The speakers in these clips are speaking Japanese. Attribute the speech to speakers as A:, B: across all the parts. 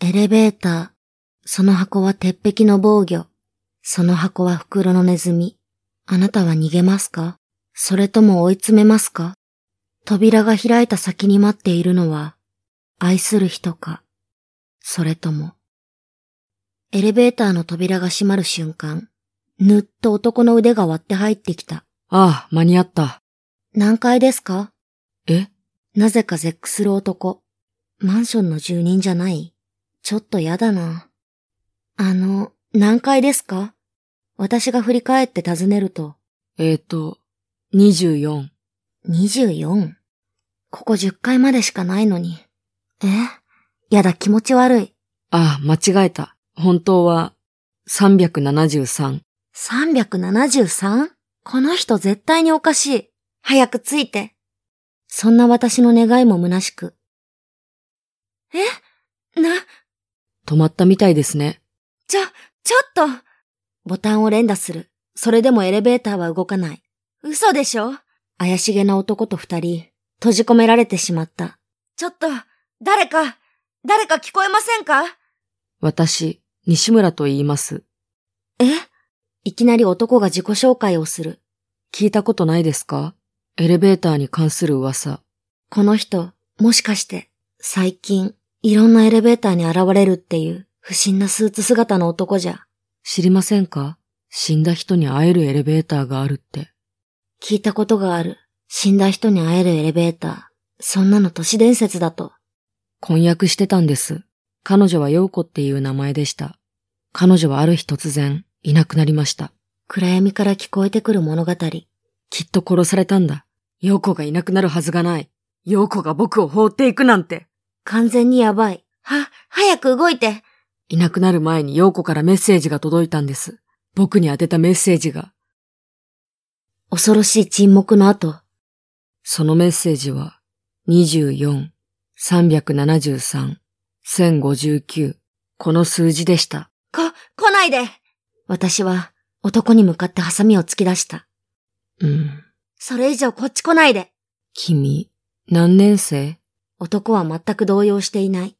A: エレベーター。その箱は鉄壁の防御。その箱は袋のネズミ。あなたは逃げますかそれとも追い詰めますか扉が開いた先に待っているのは、愛する人か、それとも。エレベーターの扉が閉まる瞬間、ぬっと男の腕が割って入ってきた。
B: ああ、間に合った。
A: 何階ですか
B: え
A: なぜか絶句する男。マンションの住人じゃないちょっとやだな。あの、何階ですか私が振り返って尋ねると、
B: えーと、24。
A: 24? ここ10階までしかないのに。えやだ、気持ち悪い。
B: ああ、間違えた。本当は、373。
A: 373? この人絶対におかしい。早くついて。そんな私の願いも虚しく。えな、
B: 止まったみたいですね。
A: ちょ、ちょっとボタンを連打する。それでもエレベーターは動かない。嘘でしょ怪しげな男と二人、閉じ込められてしまった。ちょっと、誰か、誰か聞こえませんか
B: 私、西村と言います。
A: えいきなり男が自己紹介をする。
B: 聞いたことないですかエレベーターに関する噂。
A: この人、もしかして、最近、いろんなエレベーターに現れるっていう、不審なスーツ姿の男じゃ。
B: 知りませんか死んだ人に会えるエレベーターがあるって。
A: 聞いたことがある。死んだ人に会えるエレベーター。そんなの都市伝説だと。
B: 婚約してたんです。彼女は陽子っていう名前でした。彼女はある日突然、いなくなりました。
A: 暗闇から聞こえてくる物語。
B: きっと殺されたんだ。陽子がいなくなるはずがない。陽子が僕を放っていくなんて。
A: 完全にやばい。は、早く動いて。
B: いなくなる前に陽子からメッセージが届いたんです。僕に宛てたメッセージが。
A: 恐ろしい沈黙の後、
B: そのメッセージは、24、373、1059。この数字でした。
A: こ、来ないで私は、男に向かってハサミを突き出した。
B: うん。
A: それ以上こっち来ないで
B: 君、何年生
A: 男は全く動揺していない。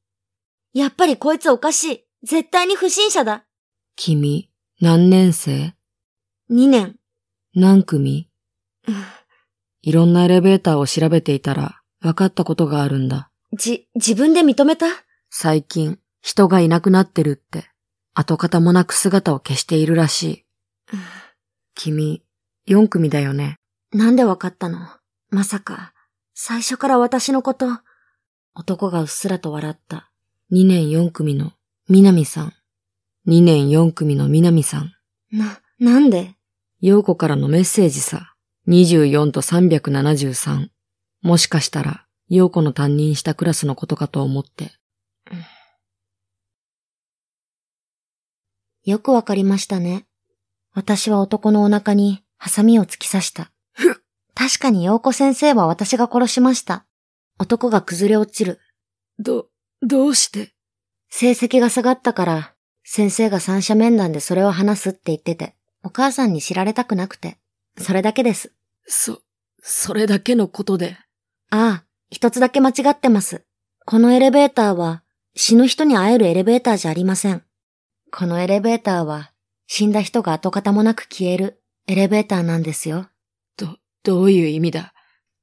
A: やっぱりこいつおかしい。絶対に不審者だ。
B: 君、何年生
A: 2年。
B: 何組
A: うん
B: いろんなエレベーターを調べていたら、分かったことがあるんだ。
A: じ、自分で認めた
B: 最近、人がいなくなってるって、跡形もなく姿を消しているらしい。君、4組だよね。
A: なんでわかったのまさか、最初から私のこと。男がうっすらと笑った。
B: 2年4組の、南さん。2年4組の南さん。
A: な、なんで
B: 陽子からのメッセージさ。24と373。もしかしたら、陽子の担任したクラスのことかと思って。
A: よくわかりましたね。私は男のお腹にハサミを突き刺した。確かに陽子先生は私が殺しました。男が崩れ落ちる。
B: ど、どうして
A: 成績が下がったから、先生が三者面談でそれを話すって言ってて、お母さんに知られたくなくて。それだけです。
B: そ、それだけのことで。
A: ああ、一つだけ間違ってます。このエレベーターは死ぬ人に会えるエレベーターじゃありません。このエレベーターは死んだ人が跡形もなく消えるエレベーターなんですよ。
B: ど、どういう意味だ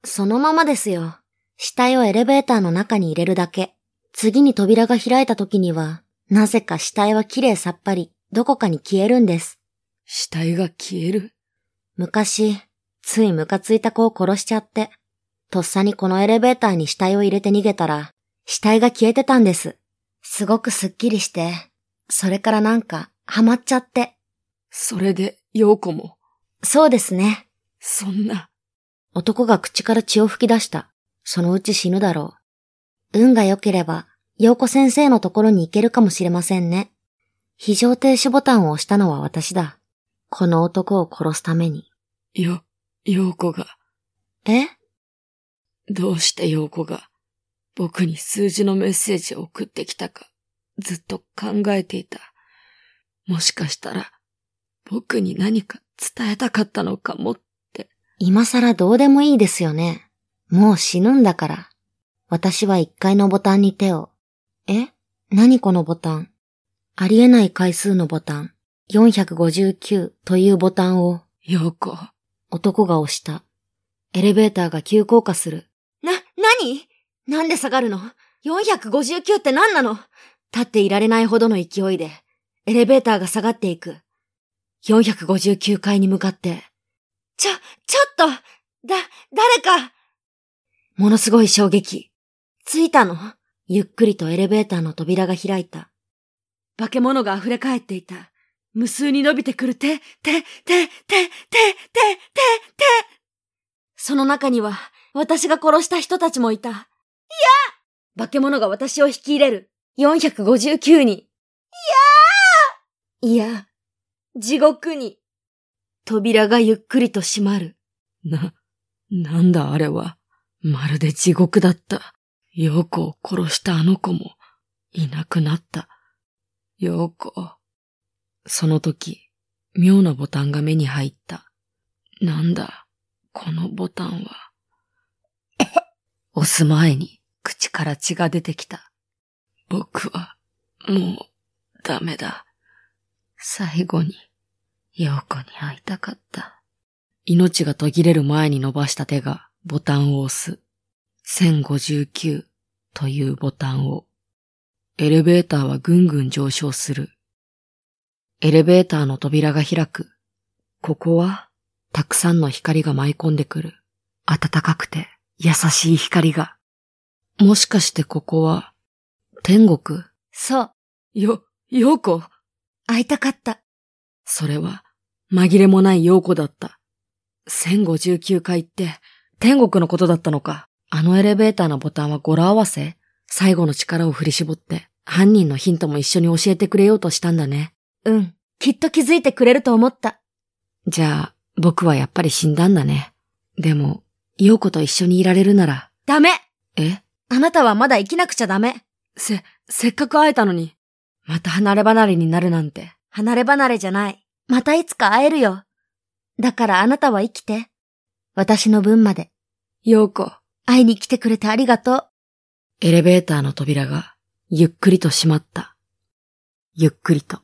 A: そのままですよ。死体をエレベーターの中に入れるだけ。次に扉が開いた時には、なぜか死体は綺麗さっぱり、どこかに消えるんです。
B: 死体が消える
A: 昔、ついムカついた子を殺しちゃって、とっさにこのエレベーターに死体を入れて逃げたら、死体が消えてたんです。すごくスッキリして、それからなんか、ハマっちゃって。
B: それで、陽子も、
A: そうですね。
B: そんな。
A: 男が口から血を吹き出した。そのうち死ぬだろう。運が良ければ、陽子先生のところに行けるかもしれませんね。非常停止ボタンを押したのは私だ。この男を殺すために。
B: よ、陽子が、
A: え
B: どうして陽子が、僕に数字のメッセージを送ってきたか、ずっと考えていた。もしかしたら、僕に何か伝えたかったのかも。
A: 今更どうでもいいですよね。もう死ぬんだから。私は一階のボタンに手を。え何このボタン。ありえない回数のボタン。459というボタンを
B: 陽子、
A: 男が押した。エレベーターが急降下する。な、何なんで下がるの ?459 って何なの立っていられないほどの勢いで、エレベーターが下がっていく。459階に向かって。ちょ、ちょっとだ、誰かものすごい衝撃。着いたのゆっくりとエレベーターの扉が開いた。化け物が溢れ返っていた。無数に伸びてくる手、手、手、手、手、手、手、手。その中には、私が殺した人たちもいた。いや化け物が私を引き入れる。459に。いやいや、地獄に。扉がゆっくりと閉まる。
B: な、なんだあれは。まるで地獄だった。陽子を殺したあの子も、いなくなった。陽子。その時、妙なボタンが目に入った。なんだ、このボタンは。押す前に、口から血が出てきた。僕は、もう、ダメだ。最後に、陽子に会いたかった。命が途切れる前に伸ばした手がボタンを押す。1059というボタンを。エレベーターはぐんぐん上昇する。エレベーターの扉が開く。ここはたくさんの光が舞い込んでくる。暖かくて優しい光が。もしかしてここは天国
A: そう、
B: よ、ようこ
A: 会いたかった。
B: それは、紛れもない陽子だった。1059階って、天国のことだったのか。あのエレベーターのボタンは語呂合わせ最後の力を振り絞って、犯人のヒントも一緒に教えてくれようとしたんだね。
A: うん。きっと気づいてくれると思った。
B: じゃあ、僕はやっぱり死んだんだね。でも、陽子と一緒にいられるなら、
A: ダメ
B: え
A: あなたはまだ生きなくちゃダメ。
B: せ、せっかく会えたのに、また離れ離れになるなんて。
A: 離れ離れじゃない。またいつか会えるよ。だからあなたは生きて。私の分まで
B: 陽子。
A: 会いに来てくれてありがとう。
B: エレベーターの扉がゆっくりと閉まった。ゆっくりと